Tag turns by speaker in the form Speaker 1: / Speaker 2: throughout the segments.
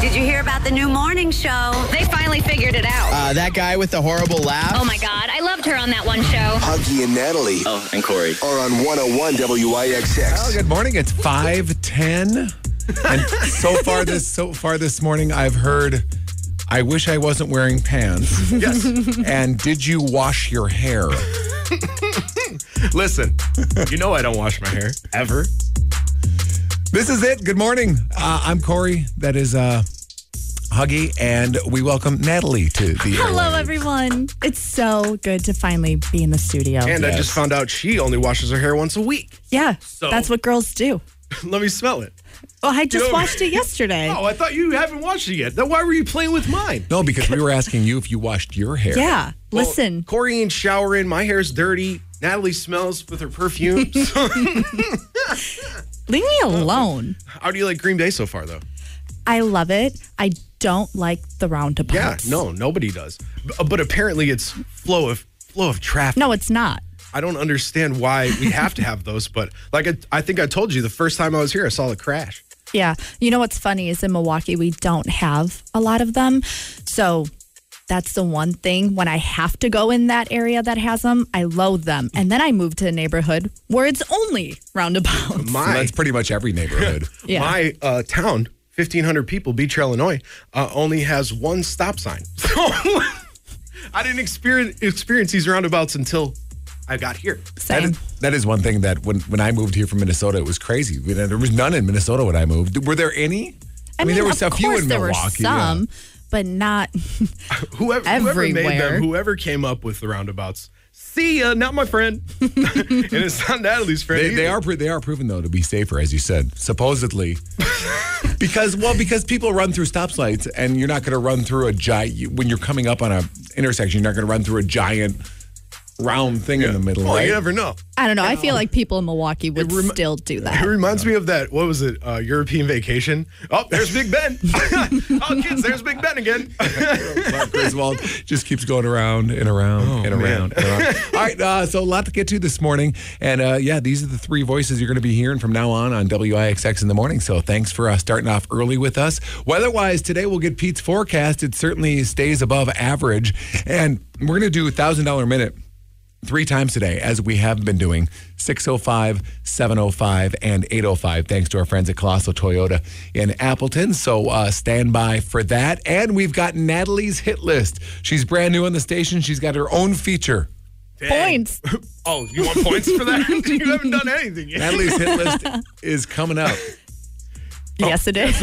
Speaker 1: Did you hear about the new morning show?
Speaker 2: They finally figured it out.
Speaker 3: Uh, that guy with the horrible laugh.
Speaker 2: Oh my God, I loved her on that one show.
Speaker 4: Huggy and Natalie
Speaker 5: Oh, and Corey.
Speaker 4: are on 101
Speaker 6: Well,
Speaker 4: WIXX.
Speaker 6: good morning. It's five ten, and so far this so far this morning, I've heard. I wish I wasn't wearing pants.
Speaker 7: Yes.
Speaker 6: And did you wash your hair?
Speaker 7: Listen, you know I don't wash my hair ever.
Speaker 6: This is it. Good morning. Uh, I'm Corey. That is uh, Huggy, and we welcome Natalie to the.
Speaker 8: Hello,
Speaker 6: airwaves.
Speaker 8: everyone. It's so good to finally be in the studio.
Speaker 7: And uh, I
Speaker 6: Yes.
Speaker 7: just found out she only washes her hair once a week.
Speaker 8: yeah,
Speaker 7: So-
Speaker 8: that's what girls do.
Speaker 7: Let me smell it.
Speaker 8: Well, I just
Speaker 7: over
Speaker 8: watched it yesterday.
Speaker 7: Oh, I thought you haven't washed it yet. Then why were you playing with mine?
Speaker 6: No, because we were asking you if you washed your hair.
Speaker 8: yeah,
Speaker 7: Well,
Speaker 8: listen.
Speaker 7: Corey ain't showering. My hair's dirty. Natalie smells with her perfume. So,
Speaker 8: Leave
Speaker 7: oh,
Speaker 8: me alone.
Speaker 7: how do you like Green Day so far, though?
Speaker 8: I love it. I don't like the roundabouts.
Speaker 7: Yeah, no, nobody does. B- uh, But apparently, it's flow of flow of traffic.
Speaker 8: No, it's not.
Speaker 7: I don't understand why we have to have those. But like, I, I think I told you the first time I was here, I saw the crash.
Speaker 8: Yeah. You know what's funny is in Milwaukee, we don't have a lot of them. So that's the one thing when I have to go in that area that has them, I loathe them. And then I move to a neighborhood where it's only roundabouts.
Speaker 6: So
Speaker 7: My
Speaker 6: that's pretty much every neighborhood.
Speaker 8: Yeah.
Speaker 7: My uh, town, 1,500 people, Beach, Illinois, uh, only has one stop sign. So I didn't experience, experience these roundabouts until I got here.
Speaker 6: That
Speaker 8: Same.
Speaker 6: is, that is one thing that when, when I moved here from Minnesota, it was crazy. We- There was none in Minnesota when I moved. Were there any?
Speaker 8: I mean,
Speaker 6: there was
Speaker 8: of
Speaker 6: a few
Speaker 8: course
Speaker 6: in
Speaker 8: there
Speaker 6: Milwaukee.
Speaker 8: were
Speaker 6: yeah.
Speaker 8: some, but not.
Speaker 7: Whoever, whoever made
Speaker 8: Everywhere.
Speaker 7: them, whoever came up with the roundabouts, see ya, not my friend. and it's not Natalie's friend.
Speaker 6: They,
Speaker 7: either.
Speaker 6: they are pro- they are proven though to be safer, as you said, supposedly. because well, because people run through stop signs, and you're not going to run through a giant when you're coming up on a intersection. You're not going to run through a giant round thing in the middle.
Speaker 8: Oh,
Speaker 7: Well,
Speaker 6: right?
Speaker 7: you never know.
Speaker 8: I don't know. I feel like people in Milwaukee would
Speaker 7: rem-
Speaker 8: still do
Speaker 7: It
Speaker 8: that.
Speaker 7: reminds me of that. What was it? Uh, European vacation. Oh, there's Big Ben. oh, kids, there's Big Ben again.
Speaker 6: Clark Griswold just keeps going around and around and around and around. All right, uh, so a lot to get to this morning. And uh, yeah, these are the three voices you're going to be hearing from now on on WIXX in the morning. So thanks for uh, starting off early with us. Weather-wise, today we'll get Pete's forecast. It certainly stays above average. And we're going to do a $1,000 minute three times today, as we have been doing 605, 705, and 805, thanks to our friends at Colossal Toyota in Appleton. So uh, stand by for that. And we've got Natalie's hit list. She's brand new on the station, she's got her own feature.
Speaker 8: Points.
Speaker 7: Oh, you want points for that? you haven't done anything yet.
Speaker 6: Natalie's hit list is coming up.
Speaker 8: Yes, it is.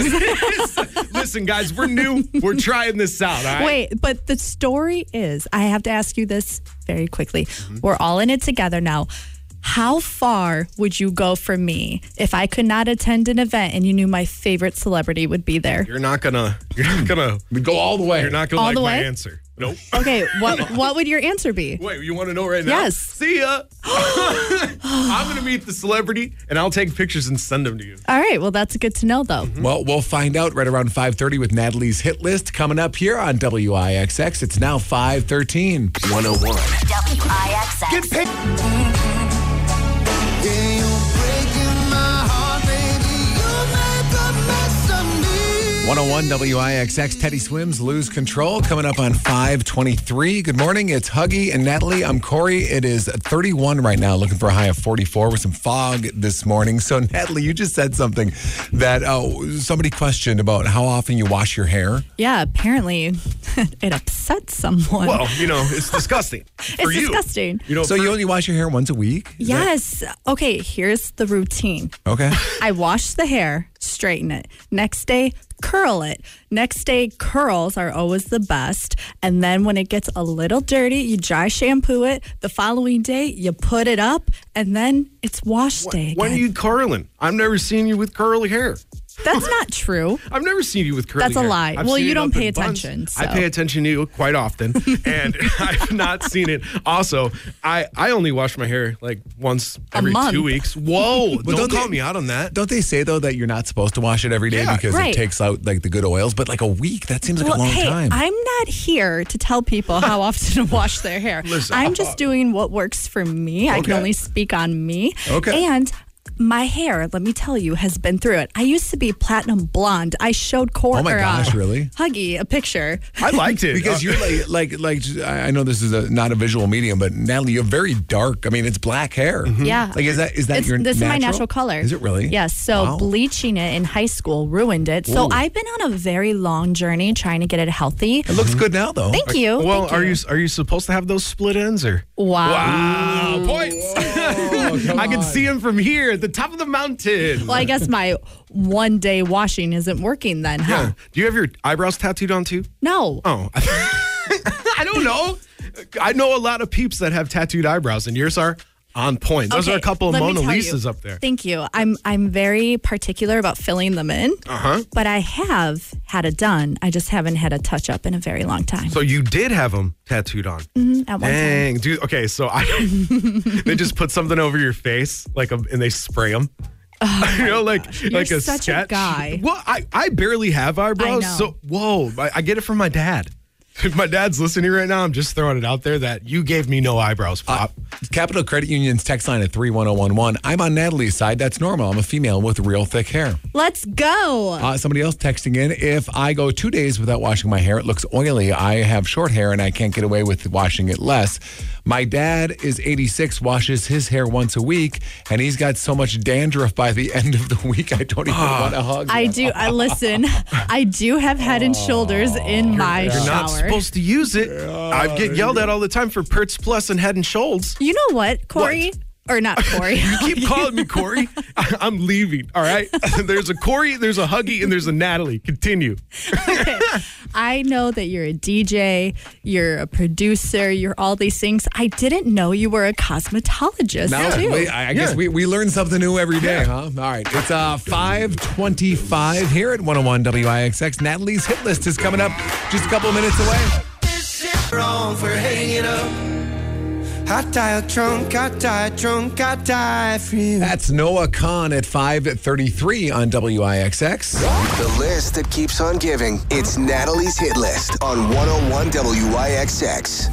Speaker 7: Listen, guys, we're new. We're trying this out. All right?
Speaker 8: Wait, but the story is I have to ask you this very quickly. We're all in it together now. How far would you go for me if I could not attend an event and you knew my favorite celebrity would be there?
Speaker 7: You're not gonna. You're not gonna.
Speaker 6: We go all the way.
Speaker 7: You're not gonna
Speaker 8: All
Speaker 7: like
Speaker 8: the
Speaker 7: my
Speaker 8: way?
Speaker 7: answer. Nope.
Speaker 8: Okay, what what would your answer be?
Speaker 7: Wait, you want to know right now?
Speaker 8: Yes.
Speaker 7: See ya. I'm gonna meet the celebrity, and I'll take pictures and send them to you.
Speaker 8: All right, well that's good to know though.
Speaker 6: Well, we'll find out right around 5:30 with Natalie's hit list coming up here on WIXX. It's now 5:13.
Speaker 4: 101.
Speaker 1: WIXX.
Speaker 9: Good
Speaker 6: 101 WIXX Teddy Swims Lose Control coming up on 523. Good morning. It's Huggy and Natalie. I'm Corey. It is 31 right now, looking for a high of 44 with some fog this morning. So, Natalie, you just said something that uh, somebody questioned about how often you wash your hair.
Speaker 8: Yeah, apparently it upsets someone.
Speaker 7: Well, you know, it's disgusting. for
Speaker 8: it's
Speaker 7: you.
Speaker 8: disgusting.
Speaker 7: You know,
Speaker 6: so, you only wash your hair once a week? Is that-
Speaker 8: Yes. Okay, here's the routine.
Speaker 6: Okay.
Speaker 8: I wash the hair, straighten it. Next day, curl it. Next day, curls are always the best. And then when it gets a little dirty, you dry shampoo it. The following day, you put it up, and then it's wash day.
Speaker 7: when are
Speaker 8: again.
Speaker 7: you curling? I've never seen you with curly hair.
Speaker 8: That's not true.
Speaker 7: I've never seen you with curly
Speaker 8: That's a
Speaker 7: hair.
Speaker 8: lie.
Speaker 7: I've
Speaker 8: Well,
Speaker 7: seen
Speaker 8: you
Speaker 7: it
Speaker 8: don't
Speaker 7: up in
Speaker 8: pay
Speaker 7: buns.
Speaker 8: attention, so.
Speaker 7: I pay attention to you quite often, and I've not seen it. Also, I, I only wash my hair like once every
Speaker 8: month.
Speaker 7: two weeks. Whoa! don't,
Speaker 6: don't
Speaker 7: call
Speaker 6: they-
Speaker 7: me out on that.
Speaker 6: Uh, Don't they say, though, that you're not supposed to wash it every day
Speaker 7: Yeah,
Speaker 6: because
Speaker 8: right.
Speaker 6: it takes out like the good oils? But like a week, that seems like
Speaker 8: Well,
Speaker 6: a long
Speaker 8: hey,
Speaker 6: time.
Speaker 8: I'm not here to tell people how often to wash their hair.
Speaker 7: Listen.
Speaker 8: I'm just doing what works for me. I can
Speaker 6: uh, Okay.
Speaker 8: only speak on me.
Speaker 6: Okay.
Speaker 8: And my hair, let me tell you, has been through it. I used to be platinum blonde. I showed Cora.
Speaker 6: Oh my gosh, really?
Speaker 8: Huggy a picture.
Speaker 7: I liked it
Speaker 6: Because you're like, like, like, I I know this is a, not a visual medium, but Natalie, you're very dark. I mean, it's black hair.
Speaker 8: Yeah.
Speaker 6: Like, is that is Hmm. that
Speaker 8: It's-
Speaker 6: your
Speaker 8: this is my natural color.
Speaker 6: Is it really?
Speaker 8: Yes. So
Speaker 6: Wow.
Speaker 8: bleaching it in high school ruined it. So
Speaker 6: Ooh.
Speaker 8: I've been on a very long journey trying to get it healthy.
Speaker 6: It looks good now, though.
Speaker 8: Thank you.
Speaker 7: Well,
Speaker 8: Thank
Speaker 7: are you are you supposed to have those split ends or?
Speaker 8: Wow.
Speaker 7: Wow, points! I can see him from here at the top of the mountain.
Speaker 8: Well, I guess my one day washing isn't working then, huh?
Speaker 7: Yeah. Do you have your eyebrows tattooed on too?
Speaker 8: No.
Speaker 7: Oh, I don't know. I know a lot of peeps that have tattooed eyebrows, and yours are on point. Those
Speaker 8: Okay,
Speaker 7: are a couple of
Speaker 8: let me
Speaker 7: Mona
Speaker 8: tell you.
Speaker 7: Lisas up there.
Speaker 8: Thank you. I'm I'm very particular about filling them in. Uh-huh. But I have had it done. I just haven't had a touch up in a very long time.
Speaker 7: So you did have them tattooed on.
Speaker 8: Mm-hmm, At one time.
Speaker 7: Dang, dude. Okay, so I they just put something over your face, like, a, and they spray them. you know, like
Speaker 8: Oh You're
Speaker 7: like a
Speaker 8: such a
Speaker 7: sketch.
Speaker 8: guy.
Speaker 7: Well, I I barely have eyebrows,
Speaker 8: know.
Speaker 7: so whoa, I, I get it from my dad. If my dad's listening right now, I'm just throwing it out there that you gave me no eyebrows, pop.
Speaker 6: Capital Credit Union's text line at 31011. I'm on Natalie's side. That's normal. I'm a female with real thick hair.
Speaker 8: Let's go.
Speaker 6: Uh, somebody else texting in. If I go two days without washing my hair, it looks oily. I have short hair and I can't get away with washing it less. My dad is 86, washes his hair once a week, and he's got so much dandruff by the end of the week. I don't even want to hug.
Speaker 8: Ah. I
Speaker 6: him.
Speaker 8: do. I listen. I do have head and shoulders in my
Speaker 7: You're
Speaker 8: shower.
Speaker 7: not supposed to use it. I get yelled at all the time for Perts Plus and Head and Shoulders.
Speaker 8: you know what, Corey? Or not Corey.
Speaker 7: Keep calling me Corey. I- I'm leaving. All right. there's a Corey, there's a Huggy, and there's a Natalie. Continue.
Speaker 8: I know that you're a DJ, you're a producer, you're all these things. I didn't know you were a cosmetologist
Speaker 6: Now,
Speaker 8: too.
Speaker 6: we- I I guess
Speaker 7: Yeah.
Speaker 6: we, we learn something new every day, huh? All right. It's uh, 525 here at 101 WIXX. Natalie's hit list is coming up just a couple minutes away.
Speaker 9: Wrong for hanging up. I die drunk, I die drunk, I die for you.
Speaker 6: That's Noah Khan at 533 on WIXX.
Speaker 4: The list that keeps on giving. It's Natalie's hit list on 101 WIXX.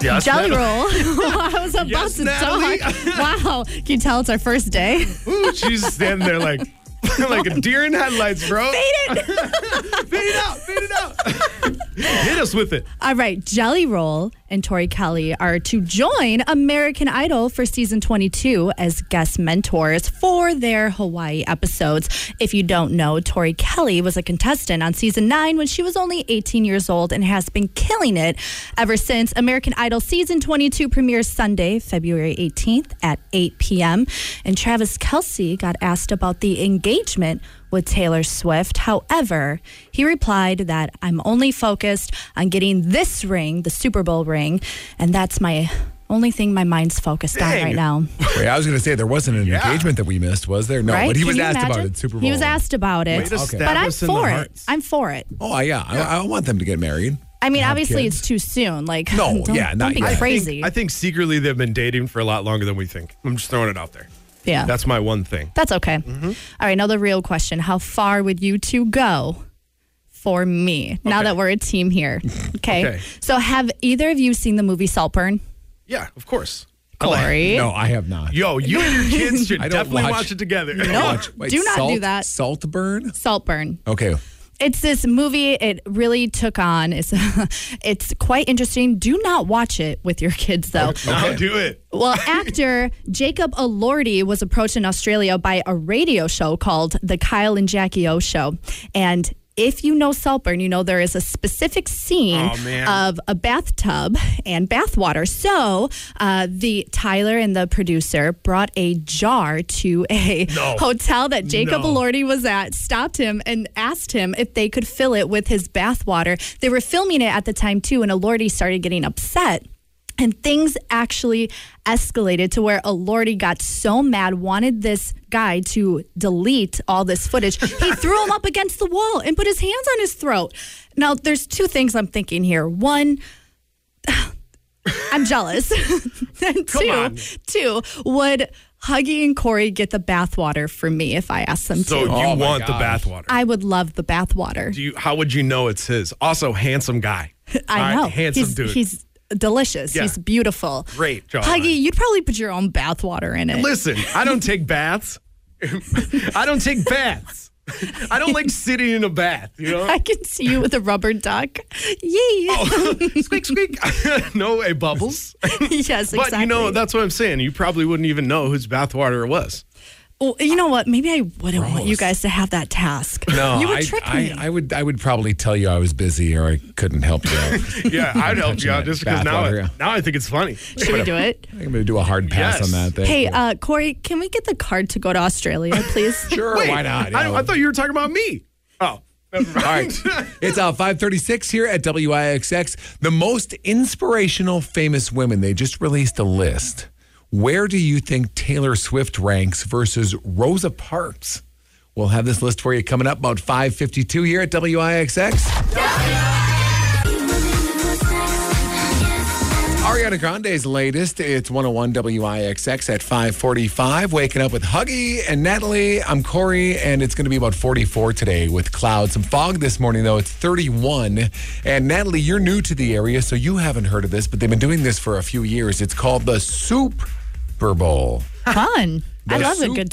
Speaker 7: Yes,
Speaker 8: Jelly
Speaker 7: Natalie.
Speaker 8: roll. I was about
Speaker 7: Yes,
Speaker 8: to
Speaker 7: Natalie.
Speaker 8: talk. Wow. Can you tell it's our first day?
Speaker 7: Ooh, she's standing there like, like a deer in headlights, bro. Fade
Speaker 8: it.
Speaker 7: it out. Fade it out. Hit us with it.
Speaker 8: All right. Jelly Roll and Tori Kelly are to join American Idol for season 22 as guest mentors for their Hawaii episodes. If you don't know, Tori Kelly was a contestant on season 9 when she was only 18 years old and has been killing it ever since. American Idol season 22 premieres Sunday, February 18th at 8 p.m. And Travis Kelsey got asked about the engagement with Taylor Swift. However, he replied that I'm only focused on getting this ring, the Super Bowl ring, and that's my only thing my mind's focused on right now.
Speaker 6: Wait, I was going to say there wasn't an engagement that we missed, was there? No,
Speaker 8: right?
Speaker 6: but he
Speaker 8: Can
Speaker 6: was
Speaker 8: you
Speaker 6: asked about
Speaker 8: imagine?
Speaker 6: it. Super Bowl.
Speaker 8: He was asked about it.
Speaker 7: Way to stab
Speaker 8: But I'm
Speaker 7: us in the
Speaker 8: for it.
Speaker 7: hearts.
Speaker 8: I'm for it.
Speaker 6: Oh yeah, I, I want them to get married.
Speaker 8: I mean, obviously
Speaker 6: kids.
Speaker 8: it's too soon. Like,
Speaker 6: No,
Speaker 8: don't,
Speaker 6: yeah, not
Speaker 8: don't be
Speaker 6: yet. I think-
Speaker 8: crazy.
Speaker 7: I think secretly they've been dating for a lot longer than we think. I'm just throwing it out there.
Speaker 8: yeah, that's,
Speaker 7: That's my one thing.
Speaker 8: okay.
Speaker 6: Mm-hmm.
Speaker 8: All right, now the real question: How far would you two go for me? Now that we're a team here, okay.
Speaker 7: Okay.
Speaker 8: So, have either of you seen the movie Saltburn?
Speaker 7: Yeah, of course.
Speaker 8: Corey,
Speaker 6: No, Oh, I have not.
Speaker 7: Yo, you and your kids should
Speaker 6: I don't
Speaker 7: definitely watch.
Speaker 6: watch-
Speaker 7: it together.
Speaker 8: do not
Speaker 6: salt,
Speaker 8: do that.
Speaker 6: Salt burn.
Speaker 8: Saltburn.
Speaker 6: Okay.
Speaker 8: It's this movie. It really took on. It's it's quite interesting. Do not watch it with your kids though.
Speaker 7: Now do it.
Speaker 8: Well, actor Jacob Elordi was approached in Australia by a radio show called The Kyle and Jackie O Show. And if you know Saltburn, you know there is a specific scene
Speaker 7: Oh, man.
Speaker 8: of a bathtub and bathwater. So uh, the Tyler and the producer brought a jar to a hotel that Jacob
Speaker 7: No.
Speaker 8: Elordi was at, stopped him, and asked him if they could fill it with his bathwater. They were filming it at the time too, and Elordi started getting upset. And things actually escalated to where Elordi got so mad, wanted this guy to delete all this footage. He threw him up against the wall and put his hands on his throat. Now, there's two things I'm thinking here. One, I'm jealous. and two,
Speaker 7: on.
Speaker 8: two, would Huggy and Corey get the bathwater for me if I asked them
Speaker 7: So
Speaker 8: to?
Speaker 7: you
Speaker 6: Oh, my
Speaker 7: want the
Speaker 6: gosh.
Speaker 7: bathwater?
Speaker 8: I would love the bathwater.
Speaker 7: Do you? How would you know it's his? Also, handsome guy.
Speaker 8: I
Speaker 7: All
Speaker 8: know.
Speaker 7: right, handsome
Speaker 8: he's,
Speaker 7: dude.
Speaker 8: He's delicious.
Speaker 7: Yeah.
Speaker 8: He's beautiful.
Speaker 7: Great job.
Speaker 8: Puggy, you'd probably put your own bathwater in it.
Speaker 7: Listen, I don't take baths. I don't take baths. I don't like sitting in a bath, you know?
Speaker 8: I can see you with a rubber duck. Yee.
Speaker 6: Oh.
Speaker 7: squeak, squeak. no eh, bubbles.
Speaker 8: yes, exactly.
Speaker 7: But you know, that's what I'm saying. You probably wouldn't even know whose bathwater it was.
Speaker 8: Well, you know what? Maybe I wouldn't want you guys to have that task.
Speaker 6: No,
Speaker 8: you would
Speaker 6: I,
Speaker 8: trick
Speaker 6: I,
Speaker 8: me.
Speaker 6: I would I would probably tell you I was busy or I couldn't help you out. I think
Speaker 7: Yeah, I'd help you out just because now,
Speaker 6: Bathwater,
Speaker 7: I-
Speaker 6: yeah.
Speaker 7: now I think it's funny.
Speaker 8: Should we do it?
Speaker 6: I'm gonna do a hard pass
Speaker 7: Yes.
Speaker 6: on that thing.
Speaker 8: Hey, uh, Corey, can we get the card to go to Australia, please?
Speaker 6: sure,
Speaker 7: Wait,
Speaker 6: why not?
Speaker 7: I,
Speaker 6: You know.
Speaker 7: I thought you were talking about me. Oh, never mind.
Speaker 6: All right. It's uh, 536 here at WIXX. The most inspirational famous women. They just released a list. Where do you think Taylor Swift ranks versus Rosa Parks? We'll have this list for you coming up about 552 here at WIXX. Ariana Grande's latest. It's 101 WIXX at 545. Waking up with Huggy and Natalie. I'm Corey, and it's going to be about 44 today with clouds. Some fog this morning, though. It's 31. And Natalie, you're new to the area, so you haven't heard of this, but they've been doing this for a few years. It's called the Super Bowl.
Speaker 8: Fun. I
Speaker 6: The
Speaker 8: love a
Speaker 6: soup.
Speaker 8: good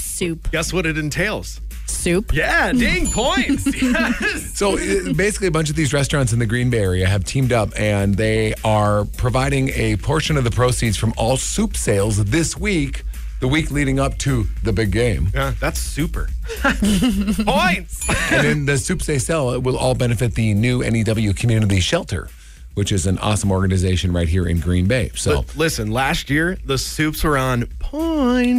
Speaker 8: soup.
Speaker 7: Guess what it entails?
Speaker 8: Soup.
Speaker 7: Yeah, ding points. Yes.
Speaker 6: So uh, basically, a bunch of these restaurants in the Green Bay area have teamed up and they are providing a portion of the proceeds from all soup sales this week, the week leading up to the big game.
Speaker 7: Yeah, that's super. points.
Speaker 6: and then the soups they sell will all benefit the new NEW Community Shelter, which is an awesome organization right here in Green Bay. So.
Speaker 7: L- listen, last year the soups were on point.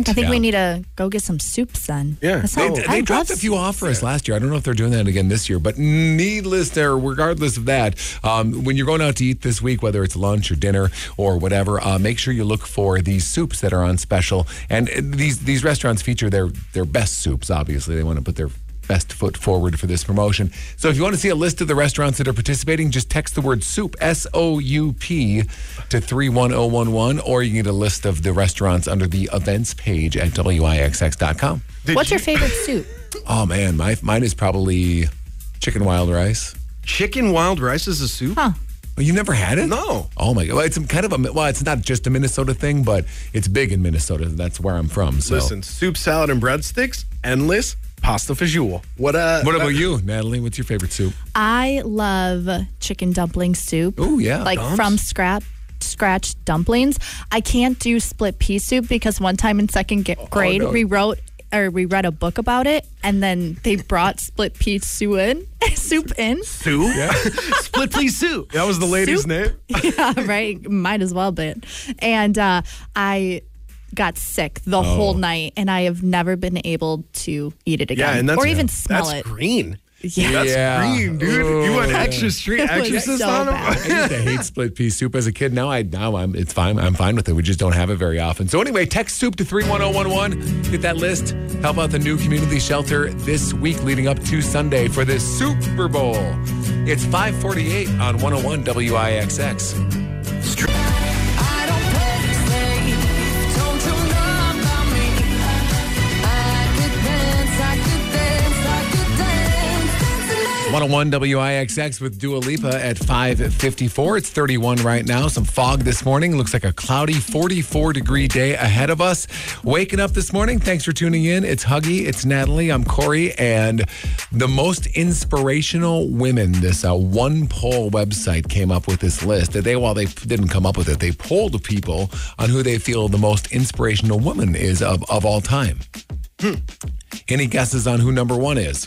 Speaker 8: I think
Speaker 6: Yeah.
Speaker 8: we need to go get some soups then.
Speaker 7: Yeah.
Speaker 8: That's
Speaker 6: They,
Speaker 8: all-
Speaker 6: they
Speaker 8: I
Speaker 6: dropped a
Speaker 8: love
Speaker 6: few off for us last year. I don't know if they're doing that again this year, but needless there, regardless of that, um, when you're going out to eat this week, whether it's lunch or dinner or whatever, uh, make sure you look for these soups that are on special. And uh, these these restaurants feature their their best soups. Obviously, they want to put their best foot forward for this promotion. So if you want to see a list of the restaurants that are participating, just text the word soup S O U P to 31011 or you can get a list of the restaurants under the events page at wixx.com.
Speaker 7: Did
Speaker 8: What's
Speaker 7: you-
Speaker 8: your favorite soup?
Speaker 6: Oh man, my mine is probably chicken wild rice.
Speaker 7: chicken wild rice is a soup?
Speaker 8: Huh.
Speaker 6: Oh, you've never had it?
Speaker 7: No.
Speaker 6: Oh my god, well, it's kind of a well, it's not just a Minnesota thing, but it's big in Minnesota. That's where I'm from. So,
Speaker 7: Listen, soup, salad, and breadsticks, endless pasta fajoule. What uh, a
Speaker 6: what about you, Natalie? What's your favorite soup?
Speaker 8: I love chicken dumpling soup.
Speaker 6: Ooh, yeah.
Speaker 8: Like from scrap scratch dumplings. I can't do split pea soup because one time in second
Speaker 7: Oh,
Speaker 8: g- grade
Speaker 6: no.
Speaker 8: we wrote or we read a book about it and then they brought split pea soup in soup in.
Speaker 7: soup? Split pea soup. That was the lady's
Speaker 8: Soup?
Speaker 7: name.
Speaker 8: yeah, right. Might as well been. And uh, I got sick
Speaker 7: Oh.
Speaker 8: the whole night, and I have never been able to eat it again,
Speaker 7: Yeah, and that's
Speaker 8: or even smell
Speaker 7: that's
Speaker 8: it.
Speaker 7: green.
Speaker 8: Yeah.
Speaker 7: That's
Speaker 6: Yeah.
Speaker 7: green, dude. you
Speaker 6: Ooh.
Speaker 7: went extra street
Speaker 8: That was
Speaker 7: exorcist
Speaker 8: so
Speaker 7: on
Speaker 8: bad.
Speaker 7: him.
Speaker 6: I used to hate split pea soup as a kid. Now I now I'm it's fine. I'm fine with it. We just don't have it very often. So anyway, text soup to 31011. Get that list. Help out the new community shelter this week leading up to Sunday for this Super Bowl. It's 548 on 101 WIXX.
Speaker 1: I
Speaker 6: 101 WIXX with Dua Lipa at 554. It's 31 right now. Some fog this morning. Looks like a cloudy 44 degree day ahead of us. Waking up this morning. Thanks for tuning in. It's Huggy. It's Natalie. I'm Corey. And the most inspirational women, this uh, one poll website came up with this list. That They, well, they didn't come up with it. They polled people on who they feel the most inspirational woman is of, of all time. Any guesses on who number one is?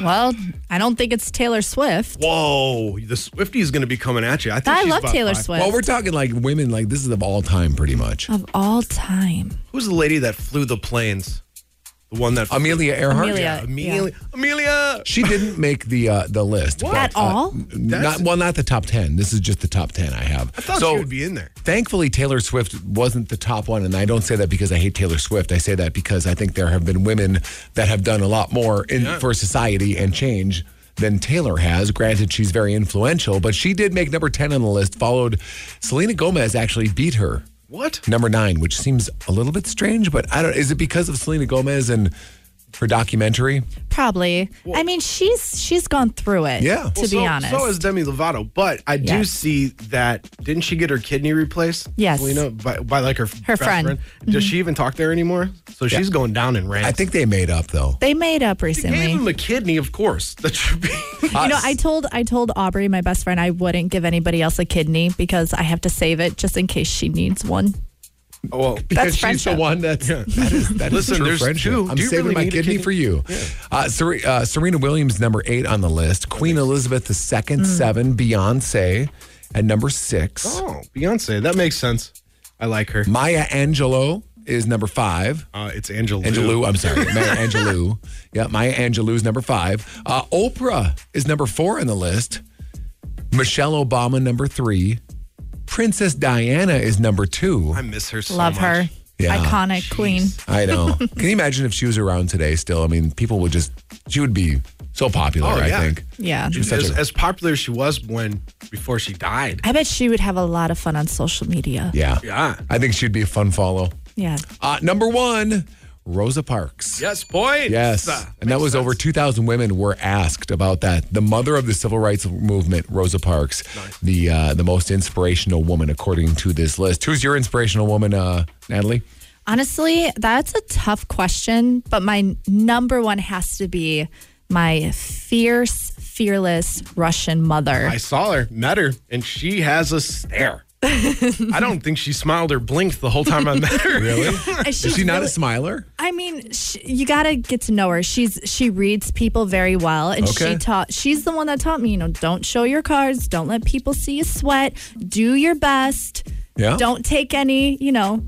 Speaker 8: Well, I don't think it's Taylor Swift.
Speaker 7: Whoa, the Swifty is going to be coming at you. I think
Speaker 8: I
Speaker 7: she's
Speaker 8: love
Speaker 7: about
Speaker 8: Taylor
Speaker 7: five.
Speaker 8: Swift
Speaker 6: Well, we're talking like women, like this is of all time, pretty much.
Speaker 8: of all time.
Speaker 7: Who's the lady that flew the planes? The one that
Speaker 6: Amelia Earhart.
Speaker 8: Amelia. Yeah.
Speaker 7: Amelia. Amelia.
Speaker 6: She didn't make the uh, the list but,
Speaker 8: At
Speaker 6: uh,
Speaker 8: all?
Speaker 6: not well, not the top ten. This is just the top ten I have. I
Speaker 7: thought she would be in there.
Speaker 6: Thankfully, Taylor Swift wasn't the top one, and I don't say that because I hate Taylor Swift. I say that because I think there have been women that have done a lot more in, for society and change than Taylor has. Granted, she's very influential, but she did make number ten on the list. Followed, Selena Gomez actually beat her.
Speaker 7: What?
Speaker 6: number nine, which seems a little bit strange, but I don't. Is it because of Selena Gomez and Her documentary.
Speaker 8: Probably. I mean, she's she's gone through it.
Speaker 6: Yeah.
Speaker 8: To
Speaker 6: Well,
Speaker 8: be
Speaker 7: so,
Speaker 8: honest.
Speaker 7: So is Demi Lovato, but I do
Speaker 8: Yeah.
Speaker 7: see that didn't she get her kidney replaced?
Speaker 8: Yes.
Speaker 7: Selena by, by like her
Speaker 8: Her
Speaker 7: best
Speaker 8: friend. Mm-hmm.
Speaker 7: Does she even talk there anymore? So she's going down in rank.
Speaker 6: I think they made up though.
Speaker 8: they made up
Speaker 7: they gave
Speaker 8: recently.
Speaker 7: him a kidney, of course. That should be.
Speaker 8: You know, I told I told Aubrey, my best friend, I wouldn't give anybody else a kidney because I have to save it just in case she needs one.
Speaker 6: Oh,
Speaker 7: well,
Speaker 6: Because
Speaker 8: That's
Speaker 6: she's the
Speaker 8: friendship.
Speaker 6: one that's, that is, that is
Speaker 7: Listen,
Speaker 6: true
Speaker 7: there's
Speaker 6: friendship.
Speaker 7: two.
Speaker 6: I'm
Speaker 7: Do you
Speaker 6: saving
Speaker 7: really
Speaker 6: my
Speaker 7: need a
Speaker 6: kidney,
Speaker 7: kidney?
Speaker 6: for you. Uh, Ser- uh, Serena Williams, number eight on the list. Queen Elizabeth II,
Speaker 8: Mm.
Speaker 6: seven. Beyonce at number six.
Speaker 7: oh, Beyonce. That makes sense. I like her.
Speaker 6: Maya Angelou is number five.
Speaker 7: Uh, it's Angela.
Speaker 6: Angelou, I'm sorry, Maya Angelou. Yeah, Maya Angelou is number five. Uh, Oprah is number four on the list. Michelle Obama number three. Princess Diana is number two.
Speaker 7: I miss her so
Speaker 8: Love
Speaker 7: much.
Speaker 8: her.
Speaker 6: Yeah.
Speaker 8: Iconic queen.
Speaker 6: I know. Can you imagine if she was around today? Still, I mean, people would just she would be so popular.
Speaker 7: Oh,
Speaker 6: I
Speaker 7: yeah.
Speaker 6: think.
Speaker 8: Yeah.
Speaker 6: She's such
Speaker 7: As,
Speaker 6: a,
Speaker 7: as popular as she was when before she died.
Speaker 8: I bet she would have a lot of fun on social media.
Speaker 6: yeah.
Speaker 7: Yeah.
Speaker 6: I think she'd be a fun follow.
Speaker 8: Yeah.
Speaker 6: Uh, number one, Rosa Parks.
Speaker 7: Yes, boy.
Speaker 6: Yes.
Speaker 7: Uh,
Speaker 6: and that
Speaker 7: makes
Speaker 6: was over
Speaker 7: sense.
Speaker 6: 2,000 women were asked about that. The mother of the civil rights movement, Rosa Parks, the uh, the most inspirational woman according to this list. Who's your inspirational woman, uh, Natalie?
Speaker 8: Honestly, that's a tough question, but my number one has to be my fierce, fearless Russian mother.
Speaker 7: I saw her, met her, and she has a stare. I don't think she smiled or blinked the whole time I met her. Really?
Speaker 8: And
Speaker 6: Is
Speaker 8: she's
Speaker 6: she not
Speaker 8: really-
Speaker 6: a smiler?
Speaker 8: I mean, she, you gotta get to know her. She's she reads people very well, and
Speaker 6: Okay.
Speaker 8: she taught. She's the one that taught me. You know, don't show your cards. Don't let people see you sweat. Do your best.
Speaker 6: Yeah.
Speaker 8: Don't take any. You know,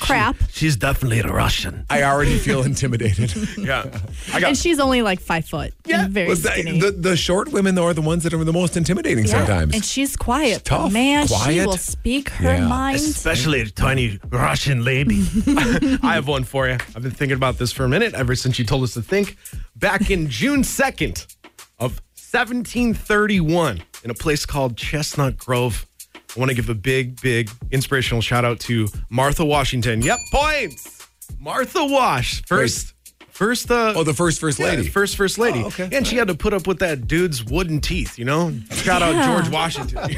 Speaker 8: crap.
Speaker 7: She's definitely a Russian.
Speaker 6: I already feel intimidated.
Speaker 7: Yeah. I
Speaker 8: and
Speaker 7: got
Speaker 8: she's only like five foot. Yeah. And very
Speaker 6: Was that-
Speaker 8: skinny.
Speaker 6: the, the short women, though, are the ones that are the most intimidating
Speaker 8: Yeah.
Speaker 6: sometimes.
Speaker 8: And she's quiet. but
Speaker 6: tough,
Speaker 8: Man, she
Speaker 6: quiet.
Speaker 8: will speak her
Speaker 6: Yeah.
Speaker 8: mind.
Speaker 7: especially a tiny Russian lady. I have one for you. I've been thinking about this for a minute ever since you told us to think. Back in June 2nd of 1731 in a place called Chestnut Grove. I want to give a big, big inspirational shout out to Martha Washington. Yep, points. Martha Wash. First first uh
Speaker 6: oh, the first first lady.
Speaker 7: yeah, first first lady.
Speaker 6: Oh, okay.
Speaker 7: And she had to put up with that dude's wooden teeth, you know? Shout out George Washington.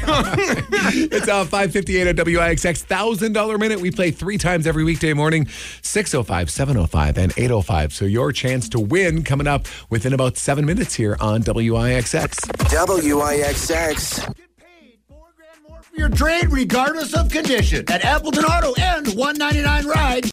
Speaker 6: It's uh, 558 at WIXX. $1,000 minute. We play three times every weekday morning 605, 705, and 805. So your chance to win coming up within about seven minutes here on WIXX.
Speaker 4: WIXX.
Speaker 5: paid four grand more for your trade regardless of condition at Appleton Auto and 199 Ride.